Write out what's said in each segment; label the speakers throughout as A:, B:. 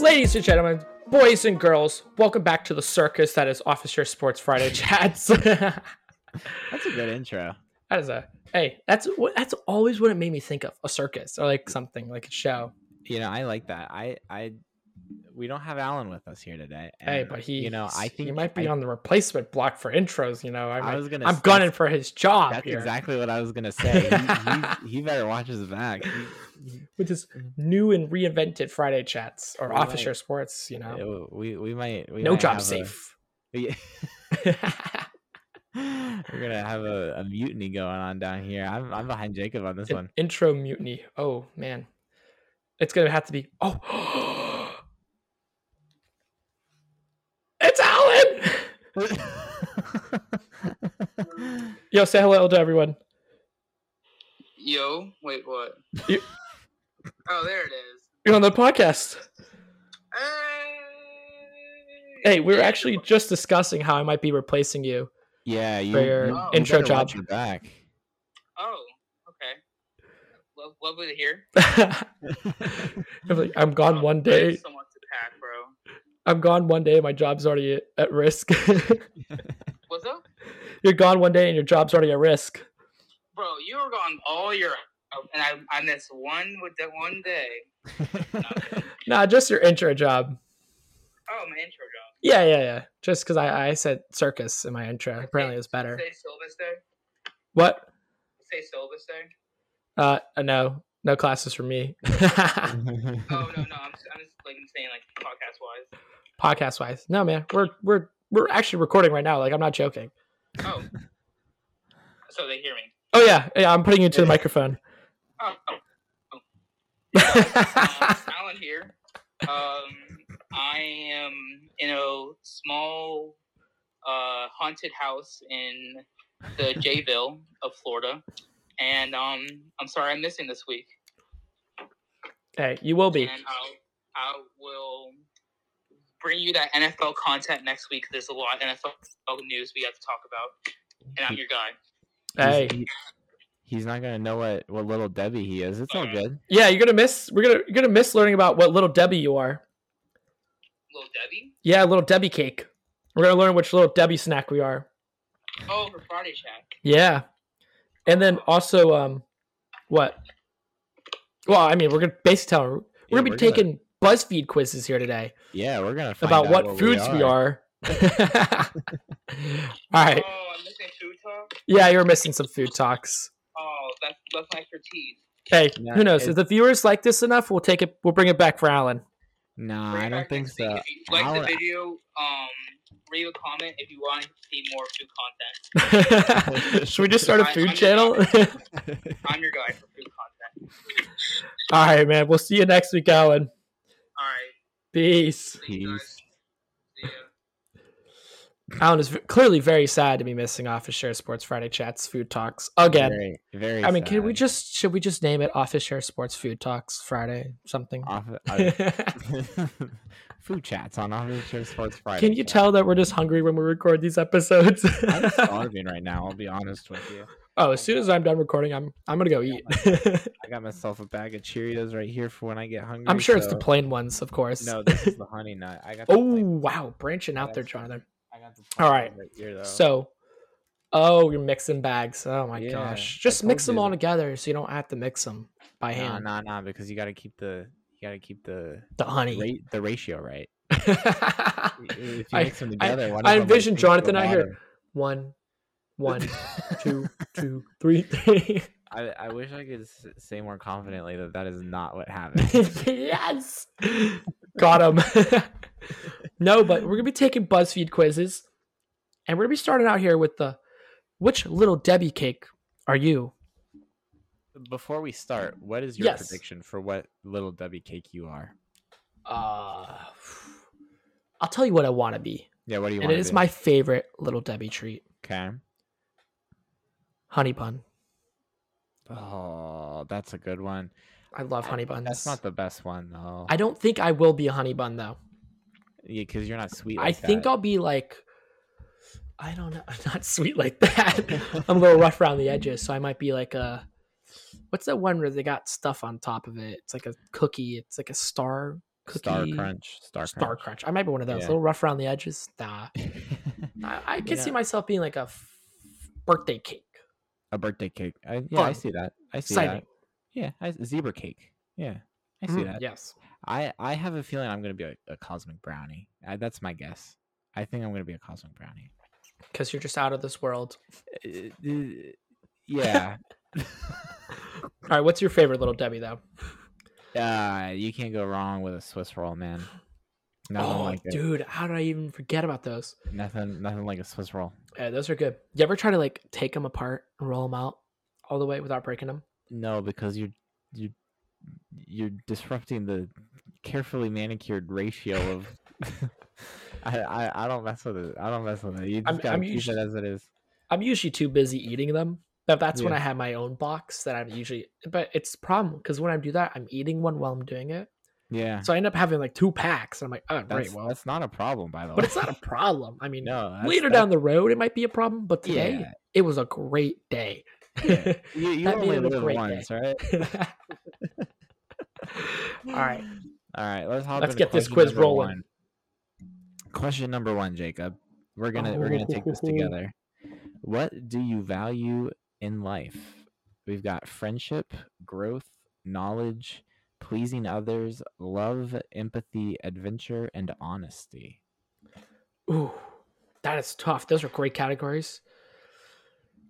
A: Ladies and gentlemen, boys and girls, welcome back to the circus that is Officer Sports Friday Chats. that
B: That's a good intro.
A: is a hey, that's what that's always what it made me think of a circus or like something like a show.
B: You know, I like that. I I we don't have Alan with us here today.
A: Hey,
B: and,
A: but he
B: you know, I think
A: he might be
B: I-
A: on the replacement block for intros. You know, I,
B: I
A: might-
B: was gonna
A: I'm
B: s-
A: gunning for his job
B: That's
A: here
B: exactly what I was gonna say. He, he, he better watch his back. He-
A: with his
B: Mm-hmm.
A: new and reinvented Friday Chats or
B: We might-
A: Officer Sports. You know,
B: uh, we we might we
A: no
B: might
A: job
B: have a-
A: safe.
B: we- We're gonna have a, a mutiny going on down here. I'm I'm behind Jacob on this
A: an
B: one.
A: intro mutiny. Oh man, it's gonna have to be. Oh, it's Alan. Yo, say hello to everyone.
C: Yo, wait, what?
A: You-
C: oh, there it is.
A: You're on the podcast. Hey, we were
C: Yeah,
A: actually just discussing how I might be replacing you.
B: yeah, you,
A: for your
B: you- you
A: intro
B: better watch
A: job.
B: your back.
C: Oh, okay. Lo- lovely to hear.
A: I'm like, I'm gone
C: Um,
A: one
C: there's
A: day.
C: Someone to pack, bro.
A: I'm gone one day. My job's already at- at risk.
C: What's up,
A: You're gone one day, and your job's already at risk.
C: bro? You were gone all year, oh, and I I missed one with that one day.
A: Nah, just your intro job.
C: Oh, my intro job.
A: Yeah, yeah, yeah. Just because I, I said circus in my intro. Apparently, it's better.
C: Say Silvis Day.
A: What?
C: Say Silvis Day.
A: Uh, uh, no, no classes for me.
C: Oh no, no, I'm just, I'm just like saying like podcast wise.
A: Podcast wise, no, man, we're we're we're actually recording right now. Like, I'm not joking.
C: Oh, so they hear me.
A: Oh yeah, yeah, I'm putting you to the microphone.
C: Oh, oh. um,
A: yeah,
C: Alan here. Um, I am in a small uh, haunted house in the Jayville of Florida, and um, I'm sorry I'm missing this week.
A: hey, you will be.
C: And I'll, I will bring you that NFL content next week. There's a lot of NFL news we have to talk about, and I'm your guy.
A: Hey,
B: He's, he's not gonna know what what little Debbie he is. It's all good.
A: yeah, you're gonna miss. We're gonna you're gonna miss learning about what little Debbie you are.
C: Little Debbie.
A: Yeah, little Debbie cake. We're gonna learn which little Debbie snack we are.
C: Oh, for Friday Shack.
A: Yeah, and then also, um, what? Well, I mean, we're gonna basically tell. We're
B: Yeah,
A: gonna be
B: we're gonna-
A: taking BuzzFeed quizzes here today.
B: Yeah, we're gonna find
A: about
B: out
A: what foods we are. All right.
C: Oh, I'm missing food talk.
A: Yeah, you're missing some food talks.
C: Oh, that's that's my expertise.
A: Hey,
B: Yeah,
A: who knows?
B: it-
A: If the viewers like this enough, we'll take it. We'll bring it back for Alan.
B: Nah, Uh,
C: Bring
B: I
C: it
B: don't
C: back
B: think
C: next week.
B: so.
C: If you like
B: I'll-
C: the video, um, leave a comment if you want to see more food content.
A: Should we just start a
C: I-
A: food
C: I'm-
A: channel? All
C: I'm your guy for food content.
A: right, man. We'll see you next week, Alan.
C: All right,
A: Peace.
C: see you
B: Peace.
C: guys. See ya.
A: Alan is v- clearly very sad to be missing off of Share Sports Friday Chats Food Talks again.
B: Very, very
A: I mean, can we
B: sad.
A: just should we just name it Office Share Sports Food Talks Friday something?
B: Off, uh,
A: can
B: food chats on Officer Sports Friday?
A: you
B: chat.
A: tell that we're just hungry when we record these episodes?
B: I'm starving right now. I'll be honest with you.
A: Oh, as soon as I'm done recording, I'm I'm gonna go
B: Yeah,
A: eat. I'm
B: I got myself a bag of Cheerios right here for when I get hungry.
A: sure it's the
B: so-
A: plain ones, of course.
B: No, this is the honey nut. I got. The
A: oh
B: plain-
A: wow, branching out there,
B: That's-
A: Jonathan.
B: I got the
A: all
B: plain
A: right.
B: one right here, though.
A: So, oh, you're mixing bags. Oh my
B: Yeah,
A: gosh,
B: I
A: just mix
B: told
A: them
B: you.
A: all together so you don't have to mix them by
B: nah,
A: hand.
B: nah, nah, because you got to keep the you got to keep the
A: The honey.
B: rate the ratio right. If you
A: I-
B: mix them together, one
A: I
B: of them will
A: envision
B: sink to the
A: Jonathan out here.
B: bottom.
A: one, one, two, two, three, three.
B: I, I wish I could s- say more confidently that that is not what happened.
A: yes, got him. no, but we're gonna be taking BuzzFeed quizzes, and we're gonna be starting out here with the which little Debbie cake are you?
B: Before we start, what is your
A: Yes.
B: prediction for what little Debbie cake you are?
A: Uh, I'll tell you what I want to be,
B: Yeah, what do you
A: and
B: want?
A: it is my favorite little Debbie treat:
B: okay.
A: honey bun.
B: Oh, that's a good one.
A: I love honey buns.
B: That's not the best one though.
A: I don't think I will be a honey bun though.
B: yeah, because you're not sweet.
A: I
B: like
A: think
B: that.
A: I'll be like, I don't know, I'm not sweet like that. I'm a little rough around the edges, so I might be like a, what's that one where they got stuff on top of it? It's like a cookie. It's like a star cookie
B: Star Crunch. Star,
A: Star Crunch. I might be one of those.
B: Yeah.
A: A little rough around the edges. Nah. I, I could see myself being like a f- birthday cake.
B: a birthday cake. I, yeah, I
A: Fun.
B: see that. I see
A: Exciting.
B: that. Yeah, I, zebra cake. Yeah, I see
A: Mhm,
B: that.
A: Yes.
B: I I have a feeling I'm gonna be a, a cosmic brownie. I, that's my guess. I think I'm gonna be a cosmic brownie.
A: Because you're just out of this world.
B: Uh, uh, yeah,
A: All right. What's your favorite little Debbie, though?
B: uh, you can't go wrong with a Swiss roll, man. Nothing
A: oh,
B: like it.
A: dude. How did I even forget about those?
B: Nothing, nothing like a Swiss roll.
A: Yeah, those are good. You ever try to like take them apart and roll them out all the way without breaking them?
B: No, because you're you you're disrupting the carefully manicured ratio of. I, I I don't mess with it. I don't mess with it. You just
A: I'm-
B: gotta
A: I'm
B: keep
A: usually-
B: it as it is.
A: I'm usually too busy eating them. But that's when
B: Yeah.
A: I have my own box that I'm usually. But it's a problem because when I do that, I'm eating one while I'm doing it.
B: Yeah,
A: So I end up having like two packs. And I'm like, oh,
B: that's
A: great. Well,
B: that's not a problem, by the way.
A: but it's not a problem. I mean,
B: no, that's-
A: later
B: that's-
A: down the road, it might be a problem. But today,
B: Yeah.
A: it was a great day.
B: Yeah. You, you
A: That made
B: only
A: it a
B: live
A: great
B: once, right?
A: all right.
B: All right, let's hop
A: Let's
B: into
A: get this
B: question
A: quiz
B: number
A: rolling.
B: one. Question number one, Jacob. We're gonna we're gonna take
A: Oh.
B: this together. What do you value in life? We've got friendship, growth, knowledge, pleasing others, love, empathy, adventure, and honesty.
A: Ooh, that is tough. Those are great categories.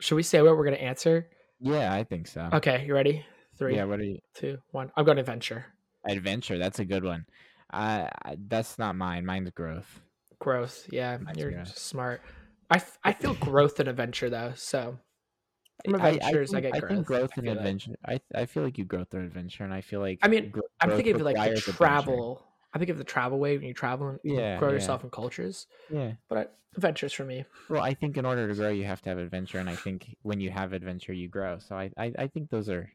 A: Should we say what we're going to answer?
B: Yeah, I think so.
A: Okay, you ready? Three,
B: Yeah, what are you?
A: two, one. I'm going to venture.
B: Adventure. That's a good one. I, I that's not mine. Mine's growth.
A: Growth. Yeah,
B: Nice
A: you're
B: growth.
A: smart. I, f- I feel growth and adventure though. So from adventures, I,
B: think-
A: get growth.
B: think growth and
A: feel like.
B: adventure. I I feel like you grow through adventure, and I feel like
A: I mean,
B: gro-
A: I'm
B: growth
A: thinking of like the
B: requires adventure.
A: travel. I think of the travel way when you travel and you
B: Yeah,
A: grow
B: yeah.
A: yourself in cultures.
B: Yeah.
A: But I, adventures for me.
B: Well, I think in order to grow, you have to have adventure, and I think when you have adventure, you grow. So I I, I think those are I- I-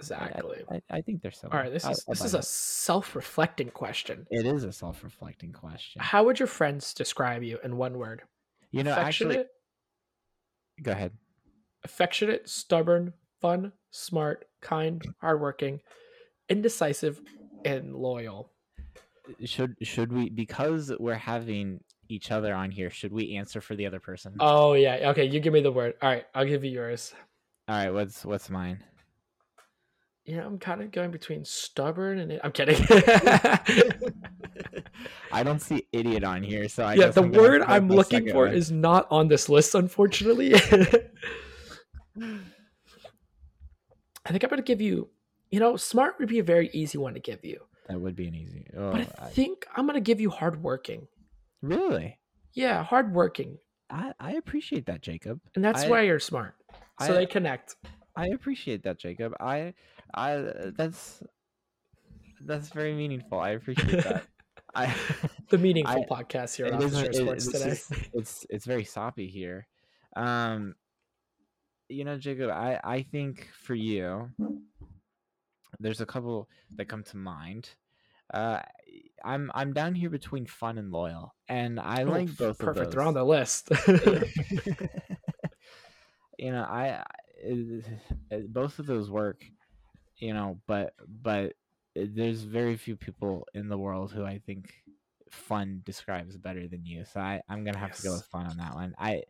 A: Exactly.
B: I, I think they're similar.
A: All right, this
B: I-
A: is
B: I
A: this is
B: buy
A: a self-reflecting question.
B: that. it is a self-reflecting question.
A: How would your friends describe you in one word?
B: You know,
A: affectionate,
B: actually, go ahead.
A: affectionate, stubborn, fun, smart, kind, hardworking, indecisive, and loyal.
B: Should should we because we're having each other on here? Should we answer for the other person?
A: Oh yeah. Okay, you give me the word. All right, I'll give you yours.
B: All right, what's what's mine?
A: You know, I'm kind of going between stubborn and I'm kidding.
B: I don't see idiot on here, so I
A: yeah,
B: guess
A: the
B: I'm gonna
A: word
B: go with
A: I'm
B: the
A: looking
B: second
A: for
B: one.
A: is not on this list, unfortunately. I think I'm gonna give you. You know, smart would be a very easy one to give you,
B: that would be an easy. Oh,
A: but I
B: I-
A: think I'm gonna give you hardworking.
B: really?
A: Yeah, hardworking,
B: I, I appreciate that, Jacob.
A: and that's
B: I-
A: why you're smart. So
B: I-
A: they connect.
B: I appreciate that, Jacob. I I that's that's very meaningful. I appreciate that. I
A: the meaningful
B: I-
A: podcast here
B: it
A: on
B: is,
A: Officer of
B: it-
A: Sports
B: this
A: today.
B: is- it's it's very soppy here. Um you know, Jacob, I I think for you there's a couple that come to mind. Uh I'm I'm down here between fun and loyal. And I
A: Oh,
B: like both
A: perfect.
B: of
A: They're
B: those.
A: on the list.
B: you know i I- both of those work you know but but there's very few people in the world who i think fun describes better than you so i i'm gonna have to go
A: Yes.
B: with fun on that one i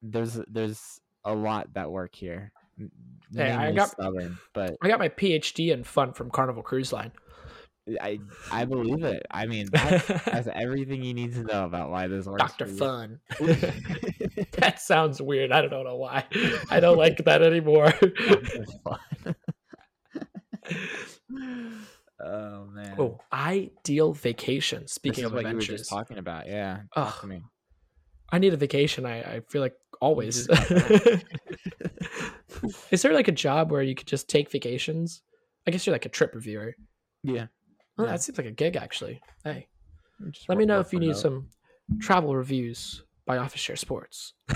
B: there's there's a lot that work here N-
A: Hey, I
B: namely
A: got-
B: stubborn but
A: I got my PhD in fun from Carnival Cruise Line.
B: i i believe it i mean that, that's everything you need to know about why this works
A: Dr.
B: for you.
A: Fun. that sounds weird. I don't know why. I don't like that anymore.
B: oh man.
A: oh, ideal vacation.
B: This
A: Speaking
B: is
A: of
B: what you were just
A: adventures,
B: talking about. Yeah.
A: Ugh,
B: I mean,
A: I need a vacation. I, I feel like always.
B: just
A: is there like a job where you could just take vacations? I guess you're like a trip reviewer.
B: yeah.
A: Oh,
B: Yeah.
A: That seems like a gig, actually. Hey,
B: Just
A: Let
B: work-
A: me know
B: work
A: if you need
B: remote.
A: some travel reviews by Office Share Sports.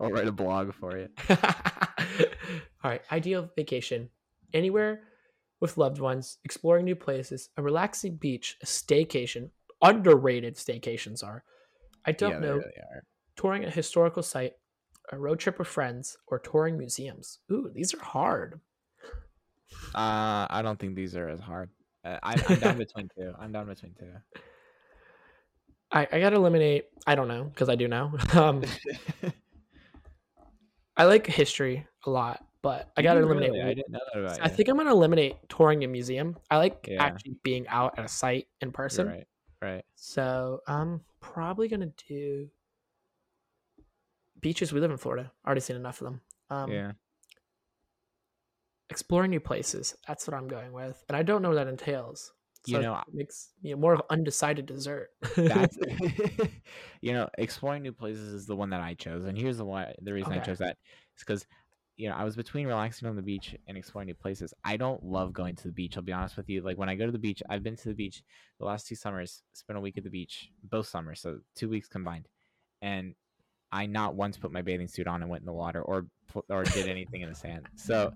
B: I'll write a blog for you.
A: All right, ideal vacation anywhere with loved ones, exploring new places, a relaxing beach, a staycation. Underrated staycations are. I don't
B: yeah, they
A: know.
B: really are.
A: Touring a historical site, a road trip with friends, or touring museums. Ooh, these are hard.
B: Uh, I don't think these are as hard. Uh, I, I'm down between two. I'm down between two.
A: I, I gotta eliminate. I don't know because I do know. Um, I like history a lot, but I gotta eliminate.
B: Really?
A: one.
B: I didn't know that about
A: I
B: you.
A: think I'm gonna eliminate touring a museum. I like
B: Yeah.
A: actually being out at a site in person.
B: You're right. Right.
A: So I'm probably gonna do beaches. We live in Florida. Already seen enough of them. Um,
B: yeah.
A: Exploring new places. That's what I'm going with, and I don't know what that entails.
B: You
A: So
B: know,
A: it makes you know more of undecided dessert.
B: That's you know, exploring new places is the one that I chose, and here's the why. The reason I
A: Okay.
B: chose that is because you know I was between relaxing on the beach and exploring new places. I don't love going to the beach. I'll be honest with you. Like when I go to the beach, I've been to the beach the last two summers. Spent a week at the beach, both summers, so two weeks combined, and I not once put my bathing suit on and went in the water or pl- or did anything in the sand. So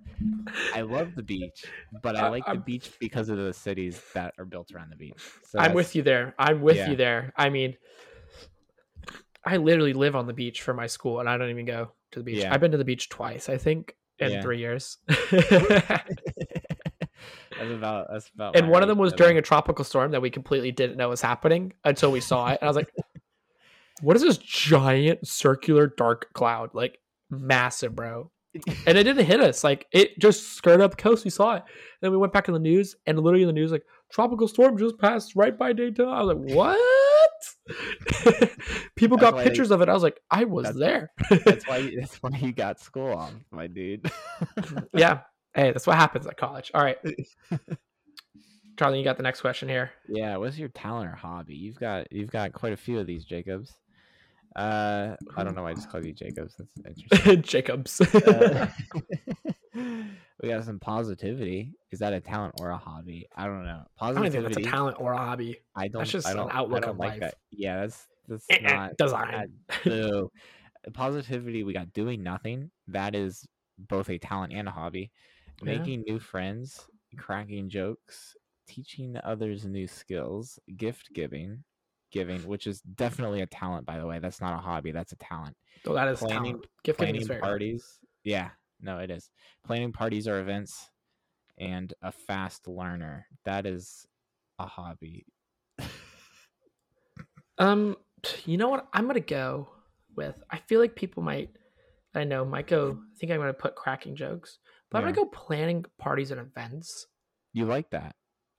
B: I love the beach, but I
A: I-
B: like the
A: I'm-
B: beach because of the cities that are built around the beach. So
A: I'm
B: that's-
A: with you there. I'm with
B: Yeah.
A: you there. I mean, I literally live on the beach for my school, and I don't even go to the beach.
B: Yeah.
A: I've been to the beach twice, I think, in
B: Yeah.
A: three years.
B: that's about that's about
A: and
B: my
A: one of
B: rate,
A: them was
B: so-
A: during a tropical storm that we completely didn't know was happening until we saw it, and I was like, "What is this giant circular dark cloud? Like massive, bro." And it didn't hit us. Like it just skirted up the coast. We saw it. then we went back in the news, and literally in the news, like tropical storm just passed right by Daytona. I was like, "What?" People
B: That's
A: got
B: why they-
A: pictures of it. I was like, "I was
B: That's-
A: there."
B: that's why you, that's why you got school off my dude
A: yeah. Hey, that's what happens at college. All right, Charlie, you got the next question here.
B: yeah what's your talent or hobby you've got you've got quite a few of these jacobs uh i don't know why i just called you jacobs that's interesting
A: Jacobs.
B: Uh, we got some positivity is that a talent or a hobby i don't know
A: I don't even think that's
B: positivity
A: a talent or a hobby.
B: i don't
A: just
B: i
A: an
B: don't
A: outlook
B: I don't
A: on
B: like
A: life.
B: that yeah that's that's
A: Eh, eh,
B: not
A: Design.
B: so uh, positivity we got doing nothing that is both a talent and a hobby
A: Yeah.
B: making new friends cracking jokes teaching others new skills gift giving giving which is definitely a talent by the way that's not a hobby that's a talent
A: Oh, that is
B: Planning-
A: talent. Gift giving
B: planning
A: is very hard.
B: parties yeah no it is planning parties or events and a fast learner that is a hobby
A: Um, you know what? I'm gonna go with. I feel like people might. I know might go. I think I'm gonna put cracking jokes, but I'm
B: Yeah.
A: gonna go planning parties and events.
B: you like that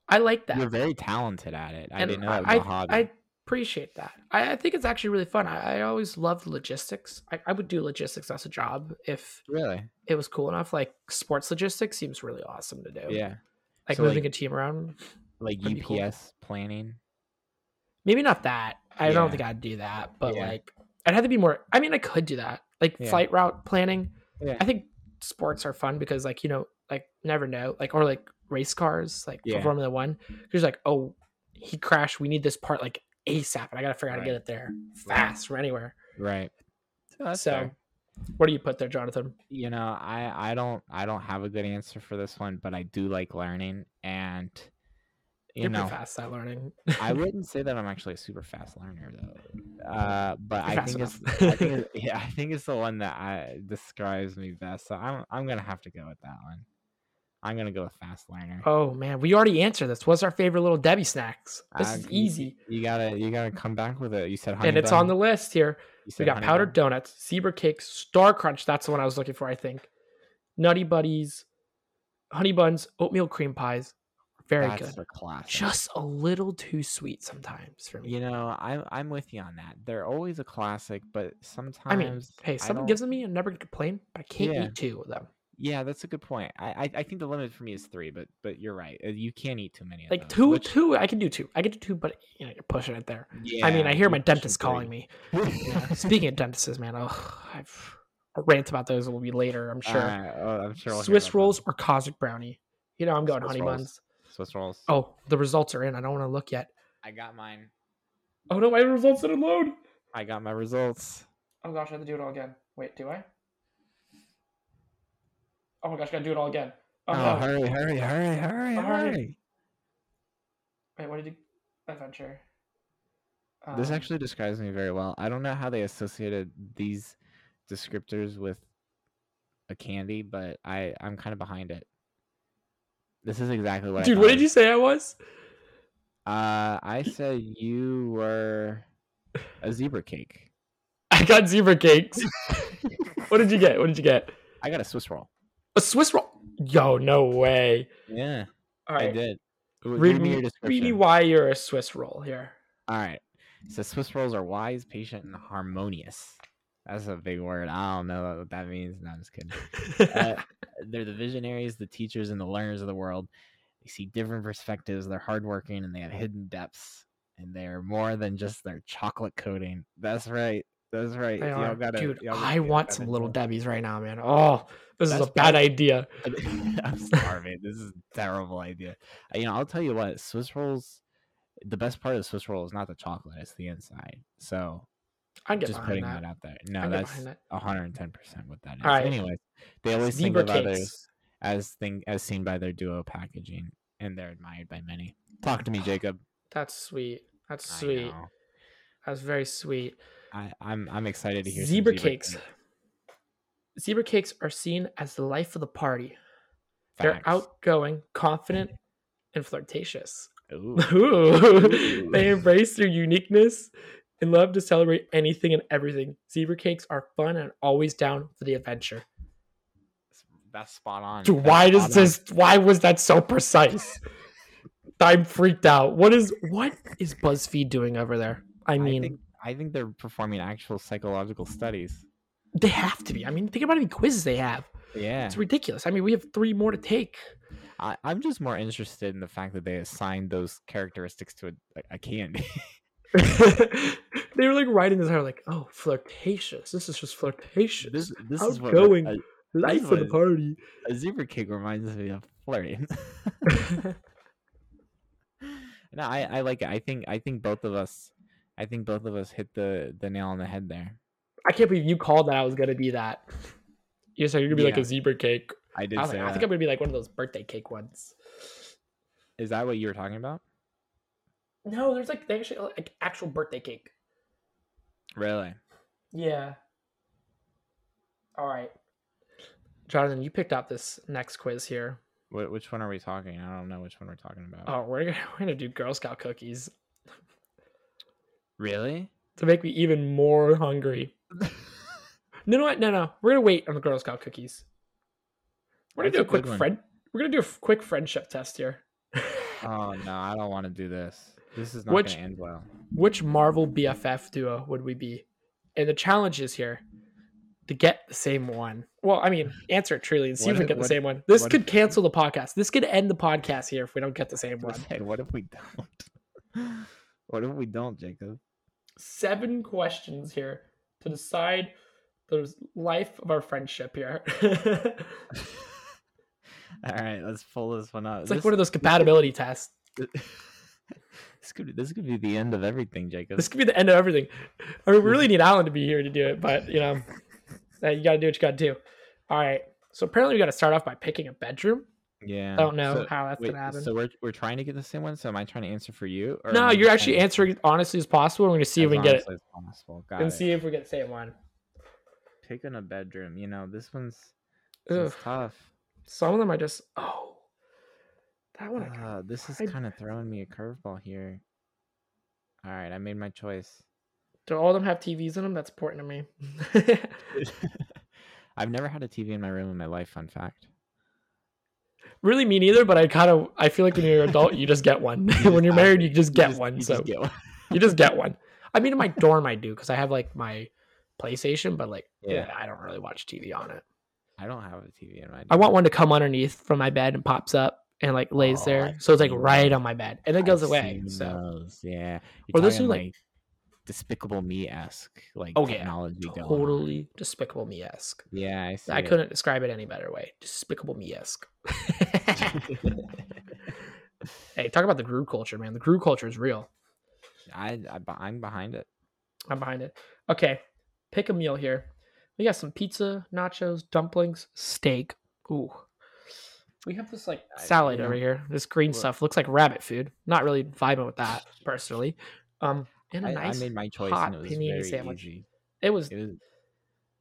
A: I like that.
B: you're very talented at it i
A: and
B: didn't know that was
A: I,
B: a hobby
A: I appreciate that. I, I think it's actually really fun. I, I always loved logistics. I, I would do logistics as a job if
B: really
A: it was cool enough. Like sports logistics seems really awesome to do.
B: yeah
A: like
B: so, like-
A: moving a team around.
B: like
A: Pretty
B: UPS
A: cool.
B: planning.
A: maybe not that. I don't
B: Yeah.
A: think I'd do that, but
B: Yeah.
A: like I'd have to be more. I mean, I could do that, like
B: Yeah.
A: flight route planning.
B: Yeah.
A: I think sports are fun because, like, you know, like never know, like or like race cars, like for
B: Yeah.
A: Formula One. There's like, oh, he crashed. We need this part like ASAP, and I gotta figure out how to get
B: Right.
A: it there fast from anywhere.
B: Right.
A: so, what do you put there, Jonathan?
B: you know, I I don't I don't have a good answer for this one, but I do like learning, and you
A: You are
B: know,
A: pretty fast at learning.
B: I wouldn't say that I'm actually a super fast learner though. Uh, but
A: You're
B: I
A: fast
B: think it's
A: enough.
B: I think it's, yeah, I think it's the one that I describes me best. So I'm I'm gonna have to go with that one. I'm gonna go with fast learner.
A: oh man, we already answered this. What's our favorite little Debbie snacks? Oh, This
B: Uh,
A: is
B: you-
A: easy,
B: You gotta you gotta come back with it. You said honey
A: and it's
B: bun.
A: on the list here.
B: You
A: We
B: said
A: got
B: honey
A: powdered
B: bun.
A: donuts, zebra cakes, star crunch. That's the one I was looking for, I think. Nutty buddies, honey buns, oatmeal cream pies. Very
B: That's
A: good.
B: a classic.
A: Just a little too sweet sometimes for me.
B: You know, I'm I'm with you on that. They're always a classic, but sometimes
A: I mean, hey,
B: someone
A: someone gives them me, I'm never gonna complain, but I can't
B: Yeah.
A: eat two of them.
B: Yeah, that's a good point. I, I I think the limit for me is three, but but you're right. Uh, You can't eat too many. Of
A: Like
B: those,
A: two,
B: which-
A: two, I can do two. I can do two, but you know, you're pushing it there. I mean,
B: yeah,
A: I hear my
B: you're pushing
A: dentist calling
B: three.
A: me. Yeah, Speaking of dentists, man, oh, I've a rant about those will be later, I'm sure.
B: Uh, oh, I'm sure. we'll hear about
A: Swiss
B: that.
A: rolls or Cosmic brownie. You know, I'm going
B: Swiss
A: honey
B: rolls.
A: buns.
B: Swiss rolls.
A: Oh, the results are in. I don't want to look yet.
B: I got mine.
A: Oh no, my results didn't load.
B: I got my results.
A: Oh gosh, I have to do it all again. Wait, do I? Oh my gosh, I gotta do it all again.
B: Oh,
A: Oh, no.
B: hurry, hurry, hurry, hurry,
A: Oh,
B: hurry!
A: hurry. Wait, what did you adventure?
B: This
A: Um,
B: actually describes me very well. I don't know how they associated these descriptors with a candy, but I I'm kind of behind it. This is exactly what. I
A: Dude, what did
B: thought.
A: you say I was?
B: Uh, I said you were a zebra cake.
A: I got zebra cakes. what did you get? What did you get?
B: I got a Swiss roll.
A: A Swiss roll. Yo, no way.
B: Yeah,
A: All
B: I
A: right.
B: did. W-
A: Read
B: give
A: me,
B: your
A: read me
B: description.
A: why you're a Swiss roll here.
B: All right. So Swiss rolls are wise, patient, and harmonious. That's a big word. I don't know what that means. No, I'm just kidding. Uh, they're the visionaries, the teachers, and the learners of the world. They see different perspectives. They're hardworking and they have hidden depths. And they're more than just their chocolate coating. That's right. That's right.
A: They
B: Y'all
A: are.
B: gotta-
A: Dude,
B: y'all
A: I
B: gotta
A: want
B: get
A: some
B: that
A: little
B: into-
A: Debbie's right now, man. Oh, this is
B: That's
A: a bad
B: bad.
A: idea.
B: I'm starving. this is a terrible idea. Uh, You know, I'll tell you what, Swiss rolls. The best part of the Swiss roll is not the chocolate; it's the inside. So
A: I get
B: just
A: behind
B: putting
A: that.
B: that. out there.
A: I
B: No,
A: get
B: that's
A: behind that.
B: hundred and ten percent what that is.
A: All right.
B: Anyways, they always think
A: Zebra
B: of
A: cakes.
B: others as thing as seen by their duo packaging, and they're admired by many. Talk to me, Jacob.
A: That's sweet. That's
B: I
A: Ah, sweet.
B: know.
A: That's very sweet.
B: I, I'm I'm excited to hear
A: Zebra,
B: some
A: cakes.
B: cake
A: Zebra cakes are seen as the life of the party. They're
B: facts.
A: outgoing, confident, and flirtatious.
B: Ooh.
A: Ooh. they embrace their uniqueness and love to celebrate anything and everything. Zebra cakes are fun and always down for the adventure.
B: That's spot on.
A: Dude,
B: That's
A: why
B: spot
A: does
B: on.
A: this? Why was that so precise? I'm freaked out. What is what is BuzzFeed doing over there? I mean,
B: I think, I think they're performing actual psychological studies.
A: they have to be. I mean, think about any quizzes they have.
B: Yeah,
A: It's ridiculous. I mean, we have three more to take.
B: I, I'm just more interested in the fact that they assigned those characteristics to a, a- a candy.
A: they were like writing this out, like, oh, flirtatious. This is just flirtatious.
B: this this is what
A: Outgoing.
B: a,
A: Life of the
B: was-
A: party.
B: a zebra cake reminds me of flirting. no, I, I like it. I think I think both of us, I think both of us hit the the nail on the head there.
A: I can't believe you called that I was gonna be that. You said you're gonna be like
B: Yeah.
A: a zebra cake.
B: I did
A: I, was
B: say
A: like, I
B: that.
A: think I'm gonna be like one of those birthday cake ones.
B: Is that what you were talking about?
A: No, there's like they actually like actual birthday cake.
B: Really?
A: Yeah. All right. Jonathan, you picked out this next quiz here.
B: Wh- which one are we talking? I don't know which one we're talking about.
A: Oh, we're gonna, we're gonna do Girl Scout cookies
B: really?
A: to make me even more hungry. No, no, no, no. We're gonna wait on the Girl Scout cookies. We're gonna
B: That's
A: do a
B: a good
A: quick
B: one.
A: friend. We're gonna do a f- quick friendship test here.
B: oh no, I don't want to do this. This is not
A: Which-
B: going to end well.
A: which Marvel BFF duo would we be? And the challenge is here to get the same one. Well, I mean, answer it truly and see
B: What
A: if we
B: if-
A: get the
B: what-
A: same one. This
B: what
A: could cancel the podcast. This could end the podcast here if we don't get the same
B: I was
A: one.
B: gonna say, what if we don't? what if we don't, Jacob?
A: Seven questions here to decide the life of our friendship here.
B: All right, let's pull this one up.
A: it's
B: this,
A: like one of those compatibility tests.
B: this could this could be the end of everything, Jacob.
A: This could be the end of everything. I mean, we really need Alan to be here to do it, but you know, uh, you got to do what you got to do. All right. So apparently, we got to start off by picking a bedroom.
B: yeah.
A: I don't know
B: so-
A: how that's
B: wait,
A: gonna happen.
B: so we're we're trying to get the same one. So am I trying to answer for you? or am
A: no,
B: I
A: you're
B: just
A: actually
B: trying
A: answering as honestly as possible. and We're gonna
B: to-
A: see if
B: as
A: we can get it
B: honestly as possible? Got
A: and
B: it.
A: see if we get the same one.
B: Picking a bedroom. You know, this one's, this
A: Ugh,
B: one's tough.
A: some of them are just oh, that one. I kinda-
B: Uh, this is
A: I-
B: kind of throwing me a curveball here. All right, I made my choice.
A: do all of them have TVs in them? That's important to me.
B: I've never had a TV in my room in my life. Fun fact.
A: really, me neither. But I kind of I feel like when you're an adult, you just get one.
B: You
A: when
B: just
A: you're
B: have
A: married,
B: it.
A: you just
B: You
A: get
B: just-
A: one.
B: you
A: So
B: just get one.
A: you just get one. I mean, in my dorm, I do because I have like my PlayStation, but like
B: Yeah.
A: yeah, I don't really watch TV on it.
B: I don't have a TV in my.
A: I want one to come underneath from my bed and pops up and like lays
B: Oh,
A: there,
B: I've
A: so it's like
B: seen
A: right
B: those.
A: on my bed, and it
B: I've
A: goes away.
B: seen
A: So.
B: those, yeah,
A: Or
B: or
A: those
B: those are
A: are, like-
B: like, Despicable Me esque, like
A: Oh, yeah.
B: technology going. on.
A: totally despicable me esque.
B: Yeah, I see.
A: I
B: it.
A: couldn't describe it any better way. Despicable me esque. hey, talk about the Gru culture, man. The Gru culture is real.
B: I, I but I'm behind it.
A: I'm behind it. Okay, pick a meal here. We got some pizza, nachos, dumplings, steak. Ooh. We have this like
B: I-
A: salad
B: you know,
A: over here. This green
B: look-
A: stuff looks like rabbit food. Not really vibing with that personally. Um, and a
B: I,
A: nice.
B: I made my choice
A: hot
B: and it was
A: panini
B: very
A: sandwich.
B: easy.
A: it was
B: It was.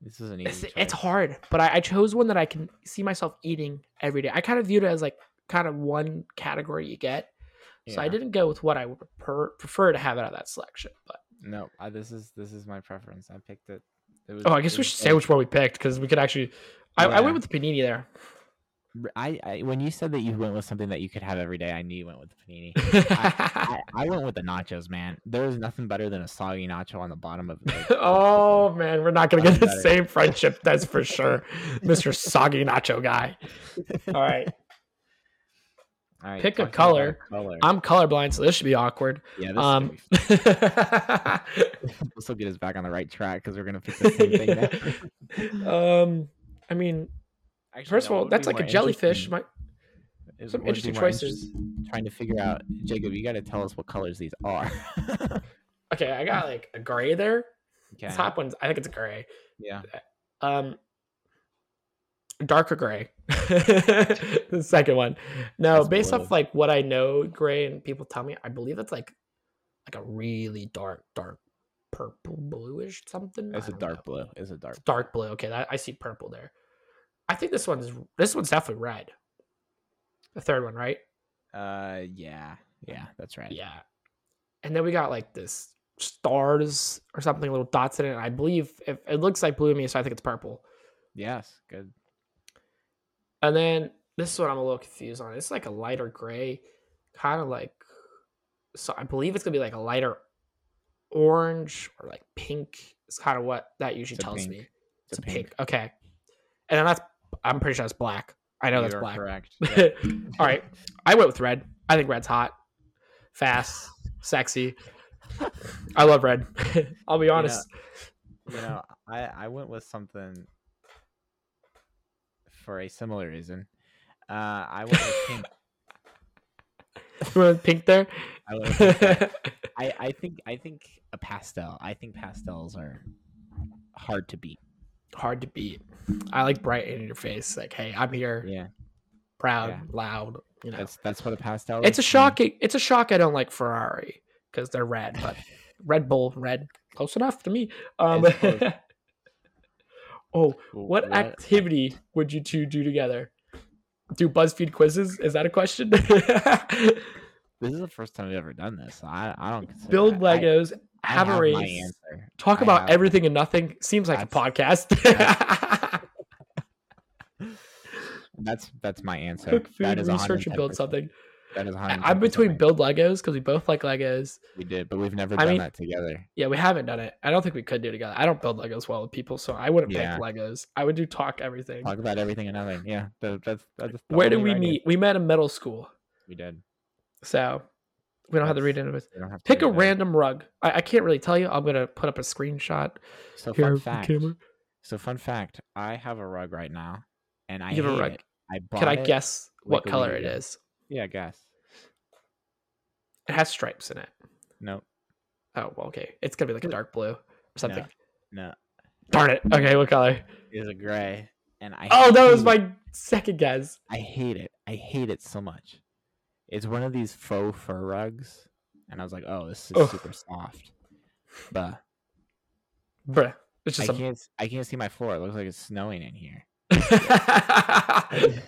B: This was an easy.
A: It's,
B: choice.
A: it's hard, but I, I chose one that I can see myself eating every day. I kind of viewed it as like kind of one category you get. So I
B: Yeah.
A: didn't go with what I would prefer, prefer to have out of that selection. But
B: No, I, this is this is my preference. I picked it. It was-
A: oh, I
B: it
A: guess we
B: was
A: should say
B: egg.
A: which one we picked because we could actually. I, I
B: Yeah.
A: went with the panini there.
B: R- I, I when you said that you went with something that you could have every day, I knew you went with the panini. I, I went with the nachos, man. There is nothing better than a soggy nacho on the bottom of. Like,
A: oh man, we're not gonna get
B: Doesn't
A: the
B: matter.
A: same friendship. That's for sure, Mister Soggy Nacho guy. All right,
B: all right,
A: pick a
B: talking about
A: color.
B: color.
A: I'm colorblind, so this should be awkward.
B: yeah, this,
A: um,
B: um, this will get us back on the right track because we're gonna pick the same thing.
A: Yeah.
B: next.
A: um, I mean,
B: Actually,
A: first
B: no,
A: of
B: it
A: all,
B: would
A: that's
B: be
A: like a
B: more
A: jellyfish.
B: interesting-
A: My,
B: it
A: some
B: would be
A: interesting
B: more
A: choices.
B: Trying to figure out, Jacob, you got to tell us what colors these are.
A: Okay, I got like a gray there.
B: okay.
A: Top one's I think it's gray.
B: Yeah.
A: Um darker gray. the second one. No,
B: That's
A: based off
B: blue.
A: like what I know gray and people tell me, I believe it's like like a really dark, dark purple bluish something. I
B: It's a
A: don't know.
B: dark blue. It's a dark.
A: It's dark blue. Okay, that, I see purple there. I think this one's this one's definitely red. The third one, right?
B: Uh, yeah, yeah, that's right.
A: Yeah. And then we got like this stars or something, little dots in it. and I believe if, it looks like blue to me, so I think it's purple.
B: Yes, good.
A: And then this is what I'm a little confused on. It's like a lighter gray, kind of like. So I believe it's gonna be like a lighter orange or like pink. It's kind of what that usually
B: It's a
A: tells
B: pink.
A: me.
B: It's, a pink.
A: Okay. And then that's. I'm pretty sure that's black. I know
B: You
A: that's
B: are
A: black.
B: Correct. Yeah.
A: All right. I went with red. I think red's hot, fast, sexy. I love red. I'll be honest.
B: you know, I I went with something for a similar reason. Uh, I went with pink.
A: You went with pink there.
B: I, went with pink. I I think I think a pastel. I think pastels are hard to beat.
A: Hard to beat. I like bright in your face. Like, hey, I'm here.
B: Yeah,
A: proud,
B: Yeah.
A: loud. You know,
B: that's that's what a pastel.
A: it's a
B: is to me.
A: shocking. It's a shock. I don't like Ferrari because they're red, but Red Bull red close enough to me. Um,
B: It's close.
A: oh,
B: W-
A: what, activity would you two do together? Do BuzzFeed quizzes? Is that a question?
B: This is the first time we've ever done this. I I don't consider
A: Build
B: that- I-
A: Legos,
B: I
A: have, a
B: my
A: race,
B: answer.
A: talk
B: I
A: about
B: have-
A: everything and nothing. Seems like a podcast.
B: That's that's my answer.
A: Cook
B: that
A: food,
B: is
A: research, and build
B: 110%.
A: something.
B: That is 110%.
A: I'm between
B: my-
A: build Legos because we both like Legos.
B: We did, but we've never
A: I
B: done
A: mean-
B: that together.
A: Yeah, we haven't done it. I don't think we could do it together. I don't build Legos well with people, so I wouldn't
B: Yeah.
A: pick Legos. I would do talk everything.
B: Talk about everything and nothing. Yeah, tha- that's that's. the
A: Where did
B: only
A: we
B: right
A: meet? We met in middle school,
B: We did.
A: so we don't have to
B: That's-
A: read into it.
B: We don't have to
A: Pick a
B: do that.
A: random rug. I, I can't really tell you. I'm gonna put up a screenshot
B: So
A: here.
B: fun
A: with the
B: fact.
A: camera.
B: So fun fact. I have a rug right now, and I
A: You have a
B: hate
A: rug.
B: it. I bought.
A: Can I
B: it-
A: guess what
B: like a
A: color
B: week
A: it
B: ago.
A: is?
B: Yeah, guess.
A: It has stripes in it.
B: No,
A: Oh well, okay. It's gonna be like a dark blue or something.
B: no,
A: Darn it. Okay, what color?
B: it's a gray, and I.
A: Oh, that was
B: hate it.
A: my second guess.
B: I hate it. I hate it so much. It's one of these faux fur rugs, and I was like, "Oh, this is
A: Ugh.
B: super soft," but
A: Bruh. It's
B: I
A: just
B: can't. s- I can't see my floor. It looks like it's snowing in here.
A: a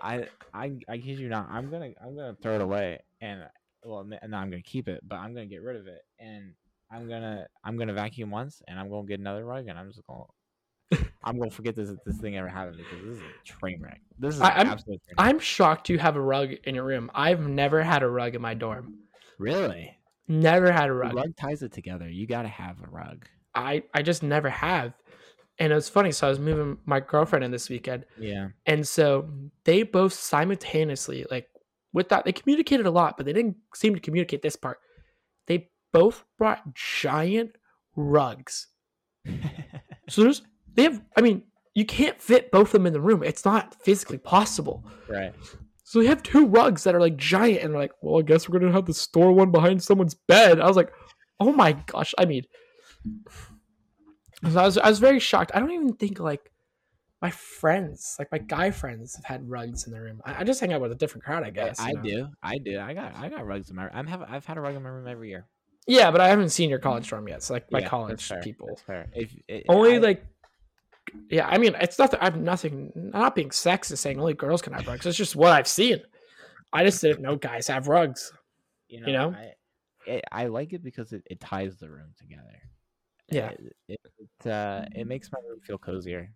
B: I I I kid you not. I'm gonna I'm gonna throw it away, and well, n- no, I'm gonna keep it, but I'm gonna get rid of it, and I'm gonna I'm gonna vacuum once, and I'm gonna get another rug, and I'm just gonna. I'm gonna forget this this thing ever happened because this is a train wreck. This is
A: I-
B: an
A: I'm-
B: absolute train wreck.
A: I'm shocked you have a rug in your room. I've never had a rug in my dorm.
B: really
A: Never had a
B: rug.
A: rug.
B: rug ties it together. You gotta have a rug.
A: I, I just never have. And it was funny. So I was moving my girlfriend in this weekend.
B: Yeah,
A: And so they both simultaneously, like with that, they communicated a lot, but they didn't seem to communicate this part. They both brought giant rugs. So there's, they have, I mean, you can't fit both of them in the room. It's not physically possible.
B: right.
A: So we have two rugs that are like giant, and we're like, well, I guess we're gonna have to store one behind someone's bed. I was like, oh my gosh, I mean, so I was I was very shocked. I don't even think like my friends, like my guy friends, have had rugs in their room. I, I just hang out with a different crowd, I guess.
B: I
A: you know?
B: do. I do. I got I got rugs in my. I'm have I've had a rug in my room every year.
A: Yeah, but I haven't seen your college dorm yet. So like my
B: Yeah, that's
A: college
B: fair,
A: people,
B: That's fair. If, it,
A: only
B: I-
A: like. Yeah, I mean, it's not that I'm nothing, not being sexist saying only girls can have rugs. It's just what I've seen. I just didn't know guys have rugs.
B: You know,
A: You know?
B: I, it, I like it because it, it ties the room together.
A: Yeah.
B: It, it, it, uh, it makes my room feel cozier.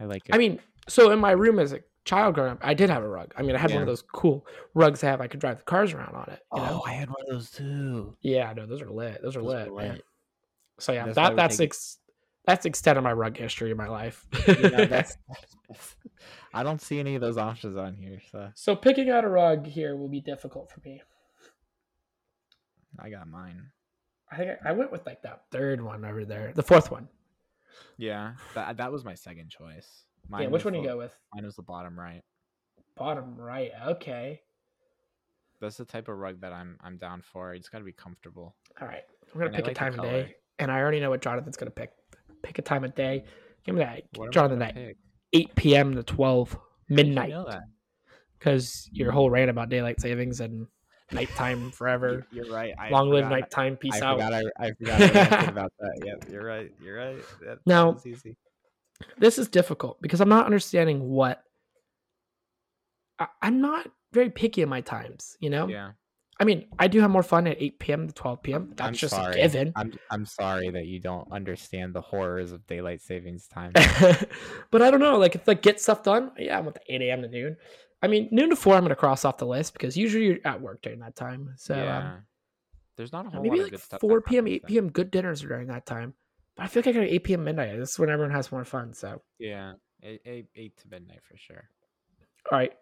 B: I like it.
A: I mean, so in my room as a child growing up, I did have a rug. I mean, I had one
B: Yeah.
A: of those cool rugs I have. I could drive the cars around on it. You
B: oh,
A: know?
B: I had one of those too.
A: Yeah, no, those are lit. Those are
B: Those are
A: lit. man.
B: lit.
A: So yeah,
B: That's why
A: that
B: we
A: that's
B: take-
A: ex- that's the extent of my rug history in my life.
B: You know, that's, I don't see any of those options on here, so
A: so picking out a rug here will be difficult for me.
B: I got mine.
A: I think I, I went with like that third one over there, the fourth one.
B: Yeah, that that was my second choice. Mine
A: yeah, which
B: was
A: one do you
B: the-
A: go with?
B: Mine was the bottom right.
A: Bottom right. Okay.
B: That's the type of rug that I'm I'm down for. It's got to be comfortable.
A: All right. We're gonna
B: And I
A: pick
B: like
A: a
B: the
A: time of
B: color.
A: day, and I already know what Jonathan's gonna pick. Pick a time of day. Give me that,
B: What am I
A: Jonathan.
B: gonna
A: That
B: pick?
A: 8 p.m. to 12
B: You
A: midnight
B: know that.
A: because your whole rant about daylight savings and nighttime forever.
B: You- You're right. I
A: Long live
B: forgot-
A: nighttime. Peace
B: I
A: out.
B: forgot. I, I forgot I ranted about that. Yep, you're right. You're right. That,
A: Now-
B: that was easy.
A: This is difficult because I'm not understanding what I, I'm not very picky in my times. You know,
B: Yeah.
A: I mean, I do have more fun at 8 p.m. to 12 p.m. That's
B: I'm
A: just
B: sorry.
A: a given.
B: I'm I'm sorry that you don't understand the horrors of daylight savings time.
A: but I don't know. Like, if like get stuff done, yeah, I'm at the 8 a.m. to noon. I mean, noon to four, I'm gonna cross off the list because usually you're at work during that time. So um,
B: yeah. There's not a whole lot
A: maybe
B: of
A: like
B: good stuff. that
A: 4 p.m.,
B: happens
A: 8
B: then.
A: p.m. Good dinners are during that time. But I feel like I got 8 p.m. midnight. This is when everyone has more fun. So,
B: Yeah. Eight, eight, eight to midnight for sure.
A: all right,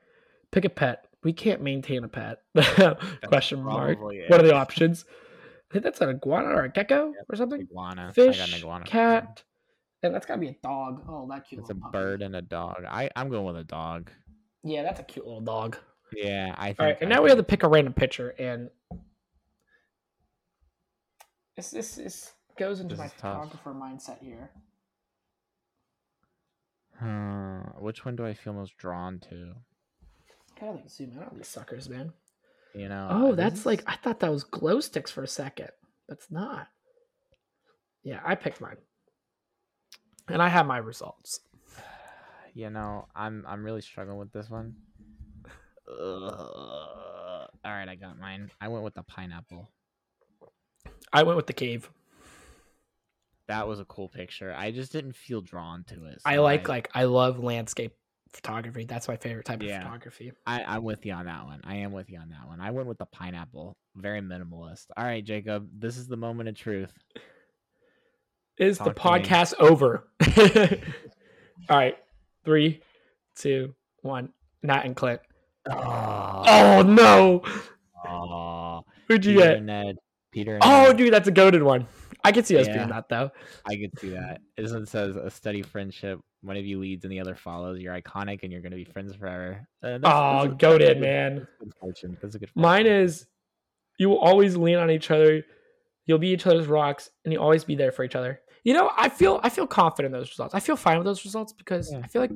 A: pick a pet. We can't maintain a pet.
B: That's
A: Question mark.
B: probably
A: What are
B: it.
A: the options? I think that's an iguana or a gecko
B: Yep,
A: or something.
B: Iguana. I got an
A: Fish,
B: iguana. for mine.
A: cat, and that's gotta be a dog. Oh, that cute.
B: It's a
A: little puppy.
B: bird and a dog. I I'm going with a dog.
A: Yeah, that's a cute little dog.
B: Yeah, I think.
A: All right, and
B: I
A: now we have to
B: think-
A: pick a random picture, and this this, this goes into
B: This
A: my
B: is tough.
A: photographer mindset here.
B: Hmm, which one do I feel most drawn to?
A: Gotta like zoom out on these suckers, man.
B: You know. uh,
A: Oh,
B: this
A: that's like
B: is-
A: I thought that was glow sticks for a second. That's not. Yeah, I picked mine, and I have my results.
B: You know, I'm I'm really struggling with this one. Ugh.
A: Uh,
B: All right, I got mine. I went with the pineapple.
A: I went with the cave.
B: That was a cool picture. I just didn't feel drawn to it.
A: I
B: so
A: like like I love landscape photography. That's my favorite type
B: Yeah.
A: of photography.
B: I, I'm with you on that one. I am with you on that one. I went with the pineapple. Very minimalist. All right, Jacob. This is the moment of truth.
A: Is the
B: Talk to me.
A: podcast over? All right, three, two, one. Nat and Clint. Oh no!
B: Oh,
A: Who'd you
B: Peter
A: get?
B: and Ned. Peter. And
A: Oh,
B: Ned.
A: dude, that's a goaded one. I could see us
B: Yeah.
A: being that though.
B: I could see that. This one says a steady friendship. One of you leads and the other follows. You're iconic and you're going to be friends forever. Uh, that's-
A: Oh,
B: that's a-
A: goaded,
B: that's a-
A: man.
B: Good fortune. That's a good.
A: Mine
B: fortune.
A: is you will always lean on each other. You'll be each other's rocks, and you'll always be there for each other. You know, I feel I feel confident in those results. I feel fine with those results because
B: Yeah.
A: I feel like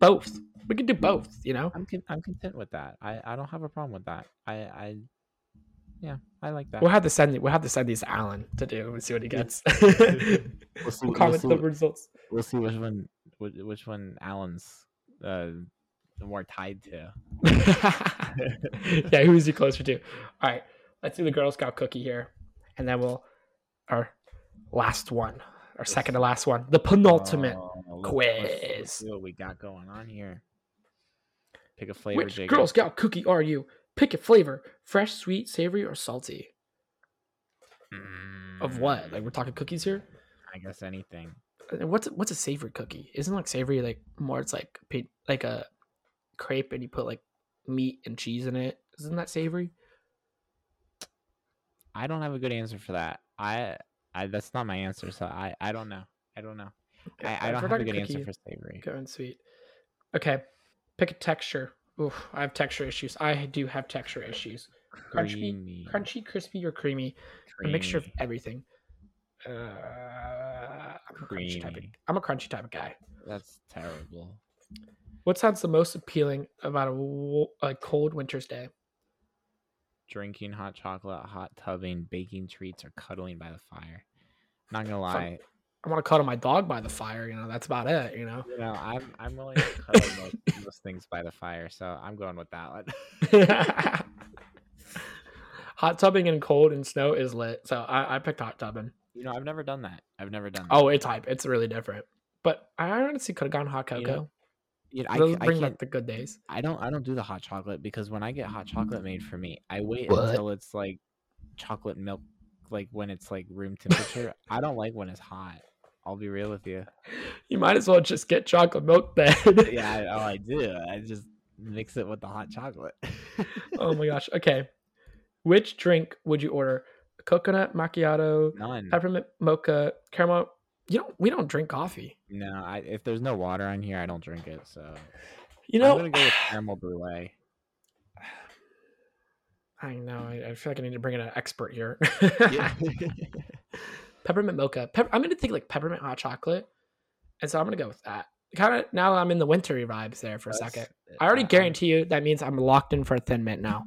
A: both. We could do both. You know.
B: I'm con- I'm content with that. I I don't have a problem with that. I I. Yeah, I like that.
A: We'll have to send it. We'll have to send these to Alan to do and see what he gets.
B: We'll see,
A: we'll
B: we'll
A: comment
B: see-
A: the results.
B: we'll see which one whi- which one Alan's uh more tied to.
A: yeah, who's he closer to? All right, let's do the Girl Scout cookie here, and then we'll our last one, our second to last one, the penultimate.
B: Oh, let's- let's- let's see
A: quiz.
B: what we got going on here? Pick a flavor,
A: Which
B: Jacob.
A: Girl Scout cookie are you? Pick a flavor: fresh, sweet, savory, or salty. Of what? Like we're talking cookies here.
B: Mm, I guess anything.
A: And What's a, what's a savory cookie? Isn't like savory like more? It's like pa- like a crepe, and you put like meat and cheese in it. Isn't that savory?
B: I don't have a good answer for that. I, I that's not my answer. So I, I don't know. I don't know. I, I
A: If
B: don't
A: we're
B: have a
A: talking
B: good
A: cookie,
B: answer for savory.
A: Going sweet. Okay. Pick a texture. Oof, I have texture issues. I do have texture issues. Crunchy,
B: Creamy,
A: Crunchy, crispy, or creamy. A mixture of
B: creamy.
A: everything. Uh, I'm, a crunchy type of,
B: Creamy.
A: I'm a crunchy type of guy.
B: That's terrible.
A: What sounds the most appealing about a, wo- a cold winter's day?
B: Drinking hot chocolate, hot tubbing, baking treats, or cuddling by the fire. Not gonna
A: Fun-
B: lie,
A: I want to cuddle my dog by the fire. You know, that's about it. You know.
B: You know, I'm I'm willing to cuddle most, most things by the fire, so I'm going with that one.
A: hot tubbing in cold and snow is lit. So I, I picked hot tubbing.
B: You know, I've never done that. I've never done. That.
A: Oh, it's hype. It's really different. But I honestly could have gone hot
B: You know,
A: cocoa.
B: You know, I,
A: Those
B: c- I
A: bring
B: can't-
A: back the good days.
B: I don't I don't do the hot chocolate because when I get hot chocolate made for me, I wait
A: What?
B: until it's like chocolate milk, like when it's like room temperature. I don't like when it's hot. I'll be real with you.
A: You might as well just get chocolate milk then.
B: Yeah, I, oh, I do. I just mix it with the hot chocolate.
A: oh my gosh. Okay. Which drink would you order? Coconut macchiato,
B: None.
A: peppermint mocha, caramel. You don't. We don't drink coffee.
B: No, I, if there's no water on here, I don't drink it. So
A: You
B: I'm
A: know.
B: gonna go with caramel brulee.
A: I know. I, I feel like I need to bring in an expert here.
B: Yeah.
A: peppermint mocha. Pep- I'm gonna think like peppermint hot chocolate, and so I'm gonna go with that. Kind of now I'm in the wintry vibes there for a second. I
B: Uh,
A: already guarantee you that means I'm locked in for a thin mint now.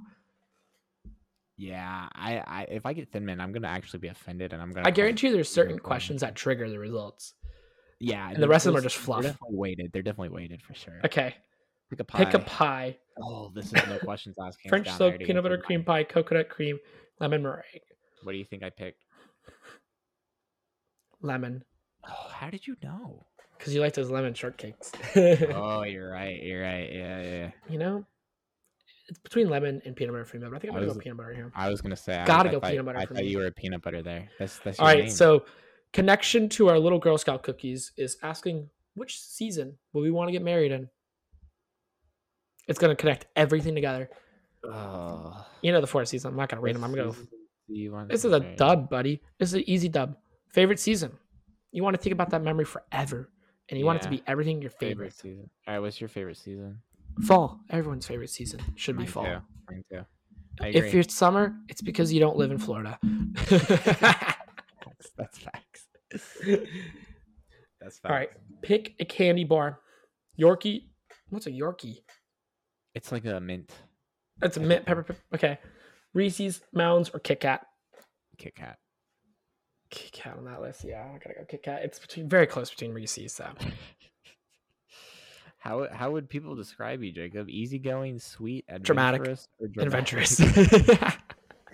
B: Yeah, I, I if I get thin mint, I'm gonna actually be offended, and I'm gonna.
A: I
B: call-
A: guarantee you there's certain
B: Okay.
A: questions that trigger the results.
B: Yeah,
A: and the rest of them are
B: those-
A: just fluff.
B: They're definitely weighted. They're definitely weighted for sure.
A: Okay,
B: Pick a pie.
A: pick a pie:
B: Oh, this is no questions asked. hands
A: French
B: down. I
A: soap,
B: already
A: peanut
B: went
A: butter
B: through
A: cream
B: mine.
A: pie, coconut cream, lemon meringue,
B: What do you think I picked?
A: lemon.
B: Oh, how did you know?
A: Because you like those lemon shortcakes.
B: oh, you're right. You're right. Yeah, yeah.
A: you know, it's between lemon and peanut butter for me, but I think I'm
B: I
A: gonna go
B: was-
A: peanut butter here.
B: I was gonna say. I-
A: Gotta
B: I
A: go
B: thought-
A: peanut butter
B: I
A: for
B: thought
A: me.
B: you were a peanut butter there. That's that's.
A: All
B: your
A: right,
B: name.
A: so connection to our little Girl Scout cookies is asking which season will we want to get married in. It's gonna connect everything together.
B: Oh,
A: You know the four seasons. I'm not gonna read them.
B: what
A: I'm gonna go.
B: season do you want
A: This
B: to
A: is a
B: marry?
A: dub, buddy. This is an easy dub. Favorite season. You want to think about that memory forever, and you want it to
B: Yeah.
A: be everything your
B: favorite
A: favorite.
B: season. All right, what's your favorite season?
A: Fall. Everyone's favorite season should be
B: Mine
A: fall.
B: Too. Mine too. I agree.
A: If it's summer, it's because you don't live in Florida.
B: Facts, that's facts. That's facts.
A: All right, pick a candy bar. Yorkie. What's a Yorkie?
B: It's like a mint
A: That's a
B: I
A: mint
B: think-
A: pepper. pepper okay. Reese's, Mounds, or Kit Kat.
B: Kit Kat.
A: Kit Kat on that list. Yeah, I gotta go Kit Kat. It's between very close between Reese's. So
B: How how would people describe you, Jacob? Easygoing, sweet,
A: Dramatic.
B: adventurous, or
A: adventurous.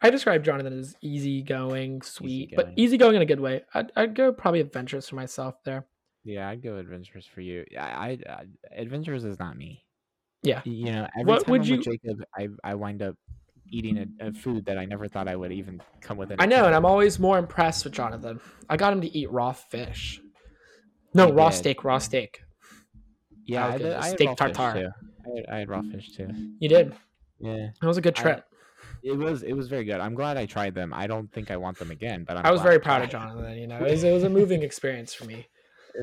A: I describe Jonathan as easygoing, sweet, but
B: Easygoing.
A: easygoing in a good way. I'd, I'd go probably adventurous for myself there.
B: Yeah, I'd go adventurous for you. Yeah, I, I adventurous is not me.
A: Yeah.
B: Y- You know, every
A: What
B: time
A: would
B: I'm
A: you-
B: with Jacob, I I wind up eating a, a food that I never thought I would even come within.
A: I
B: a
A: know, and I'm
B: picture.
A: always more impressed with Jonathan. I got him to eat raw fish. No,
B: You
A: raw
B: did.
A: steak, raw steak. I
B: yeah, I,
A: was
B: did,
A: gonna
B: I
A: say
B: had
A: steak
B: raw fish,
A: tartare.
B: too. I had, I had raw fish too.
A: You did.
B: Yeah,
A: It was a good
B: I-
A: trip.
B: it was it was very good. I'm glad I tried them. I don't think I want them again, but I'm
A: I was
B: glad
A: very
B: I
A: proud of
B: tried.
A: Jonathan. You know, it was, it was a moving experience for me.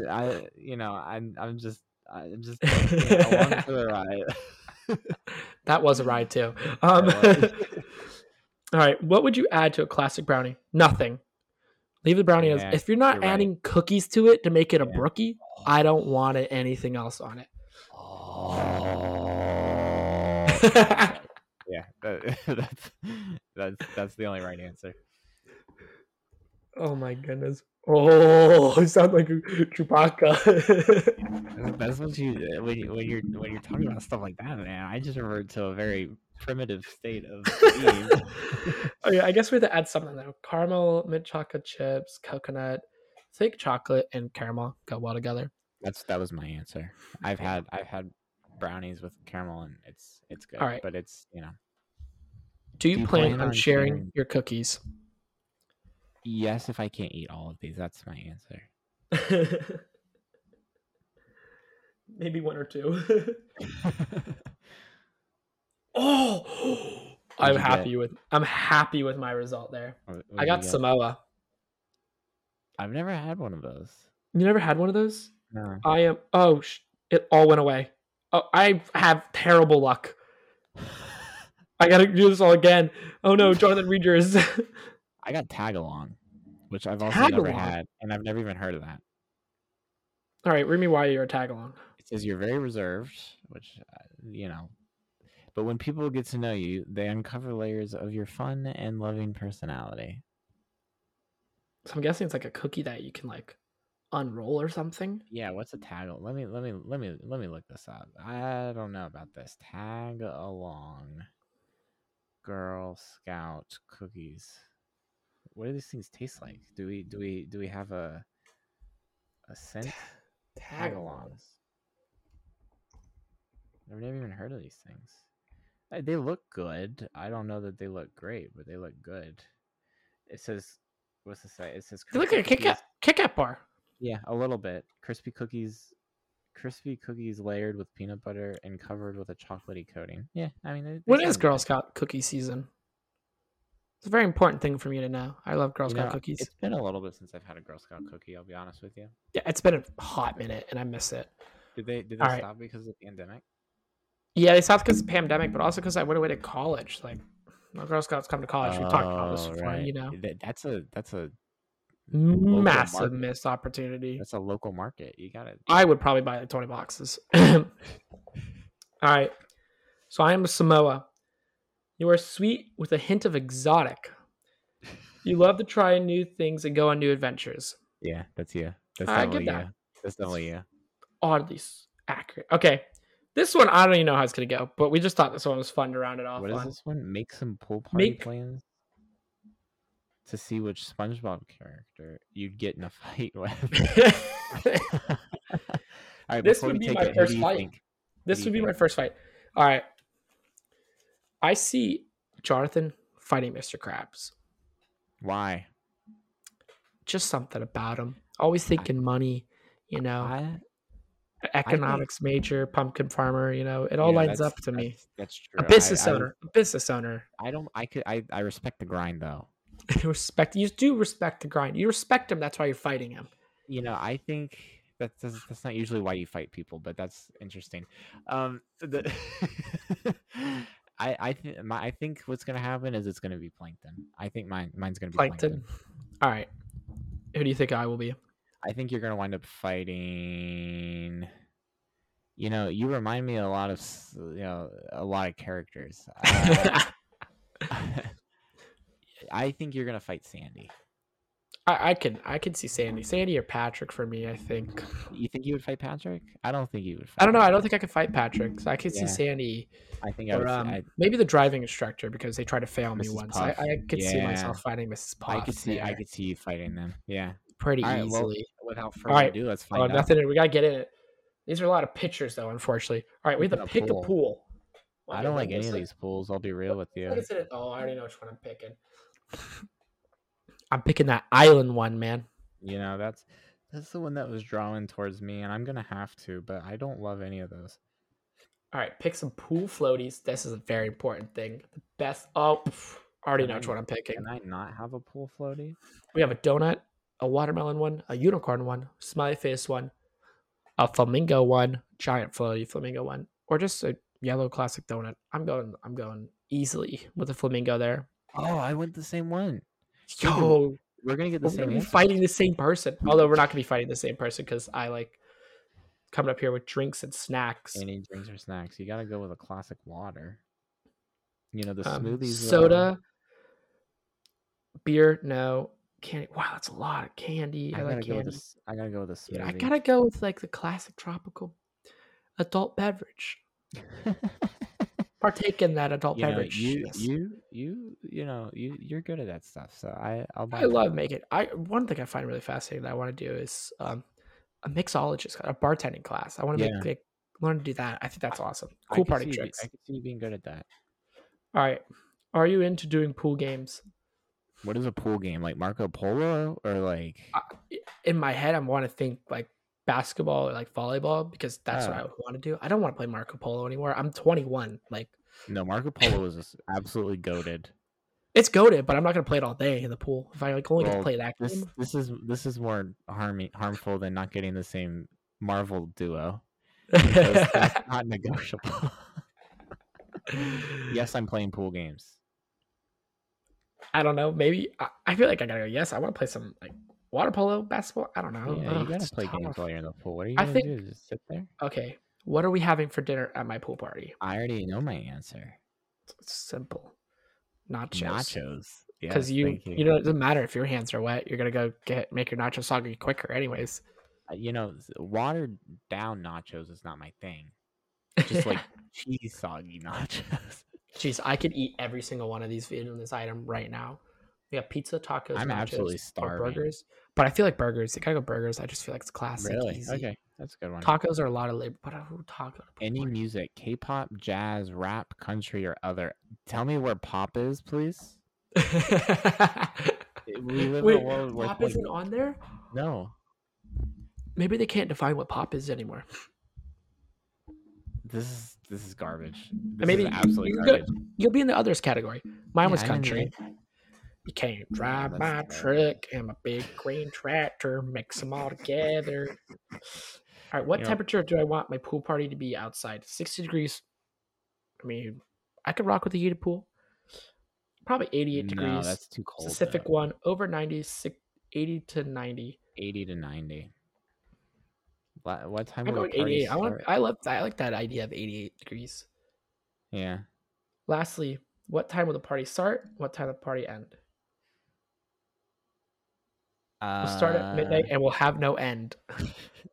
B: I you know I'm I'm just I'm just you know, along for the ride.
A: That was a ride too. Um,
B: It
A: all right, what would you add to a classic brownie? Nothing. Leave the brownie as
B: Yeah,
A: if you're not
B: you're right.
A: adding cookies to it to make it a
B: Yeah.
A: brookie. I don't want it, anything else on
B: Oh.
A: it.
B: yeah, that, that's that's that's the only right answer.
A: oh my goodness! Oh, you sound like Chewbacca.
B: That's what you uh, when, you when you're when you're talking about stuff like that, man. I just revert to a very primitive state of being.
A: okay, Oh, I guess we have to add something though. Caramel, mint chocolate chips, coconut, thick chocolate, and caramel go well together.
B: That's that was my answer. I've had I've had brownies with caramel and it's it's good.
A: All right.
B: but it's you know
A: Do you,
B: Do
A: plan, on sharing your cookies?
B: yes if I can't eat all of these, that's my answer.
A: Maybe one or two. oh, I'm
B: you get?
A: happy with I'm happy with my result there.
B: What- what
A: I
B: do
A: got
B: you get?
A: Samoa.
B: I've never had one of those.
A: You never had one of those?
B: No.
A: I am. Oh, sh- it all went away. Oh, I have terrible luck. I gotta do this all again. Oh no, Jonathan read yours.
B: I got tagalong, which I've also never
A: Tagalong?
B: had, and I've never even heard of that.
A: all right, read me why you're a tag along.
B: It says you're very reserved, which uh, you know. But when people get to know you, they uncover layers of your fun and loving personality.
A: So I'm guessing it's like a cookie that you can like unroll or something.
B: Yeah, what's a tag? Let me let me let me let me look this up. I don't know about this. Tag along, Girl Scout cookies. What do these things taste like? Do we do we do we have a a scent? Tagalongs. I've never even heard of these things. Uh, They look good. I don't know that they look great, but they look good. It says, what's it say? It says.
A: They look
B: crispy
A: like a Kit Kat,
B: cookies-
A: Kit Kat bar.
B: Yeah, a little bit. Crispy cookies, crispy cookies layered with peanut butter and covered with a chocolatey coating. Yeah, I mean, they, they
A: When is
B: sound
A: Girl
B: good.
A: Scout cookie season? It's a very important thing for me to know. I love Girl
B: You
A: Scout
B: know,
A: cookies.
B: It's been a little bit since I've had a Girl Scout cookie. I'll be honest with you.
A: Yeah, it's been a hot minute, and I miss it.
B: Did they did they
A: All right.
B: stop because of the pandemic?
A: Yeah, they stopped because of the pandemic, but also because I went away to college. Like, my Girl Scouts come to college. We've talked about this
B: Oh,
A: before, you know.
B: That- that's a that's a local
A: Massive
B: market.
A: missed opportunity.
B: That's a local market. You got it.
A: I would probably buy like 20 boxes. All right. So I am a Samoa. You are sweet with a hint of exotic. You love to try new things and go on new adventures.
B: Yeah, that's you. That's
A: I get
B: definitely
A: that.
B: you. That's definitely you.
A: Oddly s- accurate. Okay. This one, I don't even know how it's going to go, but we just thought this one was fun to round it off
B: What is
A: on.
B: this one? Make some pool party
A: Make-
B: plans to see which SpongeBob character you'd get in a fight with. All right,
A: This
B: before
A: would
B: we
A: be
B: take
A: my
B: it, who do
A: first
B: you
A: fight.
B: think-
A: this
B: do
A: would be
B: you
A: my
B: think?
A: first fight. All right. I see Jonathan fighting Mr. Krabs.
B: Why?
A: Just something about him. Always thinking money, you know.
B: I-
A: economics major, pumpkin farmer, you know, it all
B: yeah,
A: lines
B: that's-
A: up to me.
B: That's, that's true.
A: A
B: I-
A: business
B: I,
A: owner, a business owner.
B: I, don't. I could. I, I respect the grind though.
A: You respect you do respect the grind. You respect him, that's why you're fighting him.
B: you know, I think that that's, that's not usually why you fight people, but that's interesting.
A: Mm-hmm.
B: Um, the I I think my I think what's gonna happen is it's gonna be plankton. I think mine mine's gonna be plankton.
A: Plankton. All right. Who do you think I will be?
B: I think you're gonna wind up fighting. You know, you remind me a lot of s- you know a lot of characters. Uh,
A: I,
B: I think you're gonna fight Sandy.
A: I can I can see Sandy. Sandy or Patrick for me, I think.
B: You think you would fight Patrick? I don't think you would. Fight
A: I don't know. I don't
B: Patrick.
A: think I could fight Patrick. So I could
B: Yeah.
A: see Sandy.
B: I think I
A: Or
B: would.
A: um,
B: I,
A: maybe the driving instructor because they tried to fail me
B: Mrs.
A: once. I,
B: Puff.
A: I could see
B: Yeah.
A: myself fighting Mrs.
B: I
A: Puff.
B: could see. I
A: there
B: could see you fighting them. Yeah.
A: pretty
B: All right, well,
A: easily.
B: without further
A: Alright.
B: ado, let's find
A: Oh,
B: out.
A: nothing. in it. We gotta get in it. These are a lot of pictures, though. Unfortunately. All right, we have to
B: Got a
A: pick
B: pool.
A: a pool.
B: I don't
A: Okay,
B: like
A: let's
B: any of
A: look-
B: these pools. I'll be real
A: look
B: with you.
A: at it- Oh, I already know which one I'm picking. I'm picking that island one, man.
B: You know, that's that's the one that was drawn towards me, and I'm gonna have to, but I don't love any of those.
A: All right, pick some pool floaties. This is a very important thing. The best. Oh, pff, I already know which one I'm picking.
B: Can I not have a pool floaty?
A: We have a donut, a watermelon one, a unicorn one, smiley face one, a flamingo one, giant floaty flamingo one, or just a yellow classic donut. I'm going. I'm going easily with a flamingo there.
B: Oh, I went the same one. Stupid.
A: Yo,
B: We're gonna get the
A: we're gonna
B: same
A: be
B: answer.
A: fighting the same person. Although we're not gonna be fighting the same person because I like coming up here with drinks and snacks,
B: Any drinks or snacks? You gotta go with a classic water. You know the
A: um,
B: smoothies. are-
A: soda, beer. No candy. Wow, that's a lot of candy.
B: I
A: I,
B: gotta
A: like
B: go with a
A: candy.
B: s- I gotta go with a smoothie.
A: Yeah, I gotta go with like the classic tropical adult beverage. Partake in that adult
B: you know,
A: beverage.
B: you,
A: yes.
B: you, you, you know, you, you're good at that stuff. So I, I'll buy
A: I
B: that.
A: love making. I one thing I find really fascinating that I want to do is um, a mixologist, a bartending class. I want to
B: Yeah.
A: make like, learn to do that. I think that's awesome.
B: I
A: Cool
B: could see
A: party
B: you be-
A: tricks.
B: I can see you being good at that.
A: All right, are you into doing pool games?
B: What is a pool game like Marco Polo or like?
A: I- In my head, I want to think like basketball or like volleyball because that's what
B: Oh.
A: I want to do. I don't want to play Marco Polo anymore. I'm 21. Like
B: no, Marco Polo is just absolutely goaded.
A: it's goaded, but I'm not gonna play it all day in the pool. If I like only get
B: Well,
A: to play that
B: This
A: game,
B: this is this is more harming harmful than not getting the same Marvel duo. That's, that's not negotiable. yes, I'm playing pool games.
A: I don't know. Maybe I, I feel like I gotta go. Yes, I want to play some like water polo, basketball. I don't know.
B: Yeah,
A: Ugh,
B: you gotta
A: it's
B: play games
A: tough.
B: while you're in the pool. What are you
A: I
B: gonna
A: think-
B: do? Just sit there?
A: Okay, what are we having for dinner at my pool party?
B: I already know my answer.
A: It's simple. Nachos.
B: Nachos.
A: because
B: Yes,
A: you,
B: thank
A: you know it doesn't matter if your hands are wet. You're gonna go get make your nacho soggy quicker, anyways.
B: Uh, you know s- watered down nachos is not my thing. Just like cheese soggy nachos.
A: Jeez, I could eat every single one of these in this item right now. We got pizza, tacos,
B: I'm
A: nachos,
B: absolutely
A: or
B: starving.
A: burgers, but I feel like burgers. They gotta go burgers. I just feel like it's classic.
B: really?
A: easy.
B: Okay, that's a good one.
A: Tacos are a lot of labor, but who taco?
B: Any music, K-pop, jazz, rap, country, or other. Tell me where pop is, please. Eh, We live in
A: Wait,
B: a world where
A: pop
B: like,
A: isn't on there.
B: no.
A: Maybe they can't define what pop is anymore.
B: This is this is garbage. This
A: maybe
B: is absolutely
A: you can go-
B: garbage.
A: You'll be in the others category. Mine was
B: Yeah, I didn't
A: country.
B: like-
A: You can't drive
B: that's
A: my
B: terrible.
A: truck and my big green tractor, mix them all together. All right, what
B: You know-
A: temperature do I want my pool party to be outside? 60 degrees. I mean, I could rock with a heated pool. Probably 88
B: No,
A: degrees.
B: that's too cold.
A: Pacific
B: though.
A: one, over 90, six- 80 to 90.
B: 80 to 90. What, what time
A: I'm
B: will
A: going
B: the party
A: 88. I want.
B: start?
A: I love. I like that idea of 88 degrees.
B: Yeah.
A: Lastly, what time will the party start? What time will the party end? We'll start at midnight and we'll have no end.
B: Uh,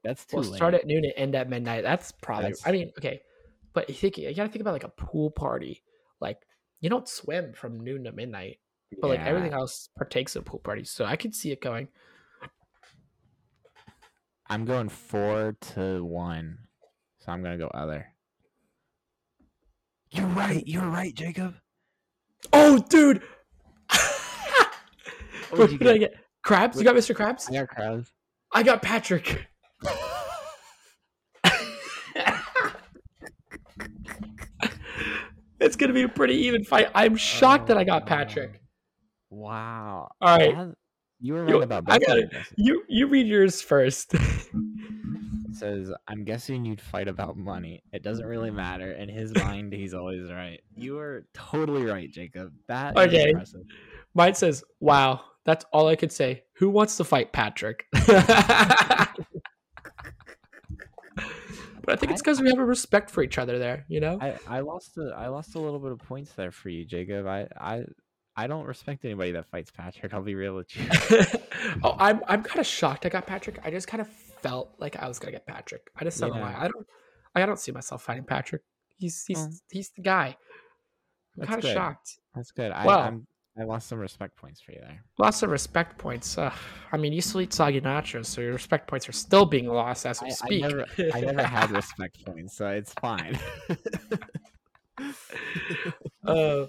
B: That's too
A: we'll
B: late.
A: start at noon and end at midnight. That's probably. I
B: That's-
A: mean, okay, but you think you gotta think about like a pool party. Like you don't swim from noon to midnight, but like everything
B: Yeah.
A: else partakes of pool parties. So I could see it going.
B: I'm going four to one, so I'm gonna go other. You're right. You're right, Jacob.
A: Oh, dude!
B: What
A: what
B: did you
A: did I get? Krabs? You got Mr. Krabs?
B: I got crowds.
A: I got Patrick. it's gonna be a pretty even fight. I'm shocked that I got Patrick.
B: Oh. Wow.
A: All right.
B: That- you were right
A: You-
B: about
A: I
B: both.
A: got
B: of
A: it.
B: us.
A: You you read yours first.
B: It Says I'm guessing you'd fight about money. It doesn't really matter. In his mind, he's always right. You are totally right, Jacob. That is
A: Okay.
B: impressive.
A: Mine says, "Wow, that's all I could say. Who wants to fight Patrick?" but I think it's because we have a respect for each other there, you know.
B: I, I lost a, I lost a little bit of points there for you, Jacob. I, I I don't respect anybody that fights Patrick. I'll be real with you.
A: oh, I'm I'm kind of shocked I got Patrick. I just kind of felt like I was gonna get Patrick. I just don't know why.
B: Yeah.
A: I don't I don't see myself fighting Patrick. He's he's
B: Well,
A: he's the guy. I'm
B: Mm. that's
A: kind of
B: good.
A: shocked.
B: That's good. I,
A: Well-
B: I'm, I lost some respect points for you there.
A: Lots of respect points. Uh, I mean, you still eat soggy nachos, so your respect points are still being lost as we
B: I, I
A: speak.
B: never, I never had respect points, so it's fine.
A: Uh,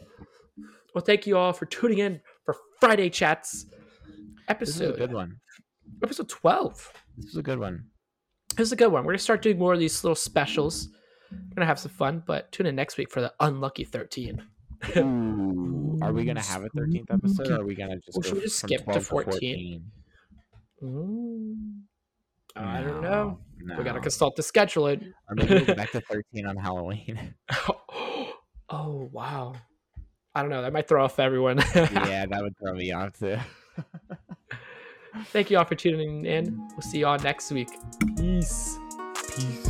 A: well, thank you all for tuning in for Friday chats
B: this is a
A: episode
B: good one.
A: episode twelve.
B: This is a good one.
A: This is a good one. We're gonna start doing more of these little specials. We're gonna have some fun, but tune in next week for the unlucky thirteen.
B: Ooh, are we gonna have a thirteenth episode, or are we gonna just?
A: Well,
B: go
A: should we just
B: from
A: skip to
B: 12
A: 14?
B: 14?
A: Mm. I don't
B: No,
A: know. We gotta
B: no.
A: consult the schedule. It.
B: Or maybe we'll go back to thirteen on Halloween.
A: oh wow. I don't know. That might throw off everyone.
B: yeah, that would throw me off too.
A: Thank you all for tuning in. We'll see you all next week. Peace.
B: Peace.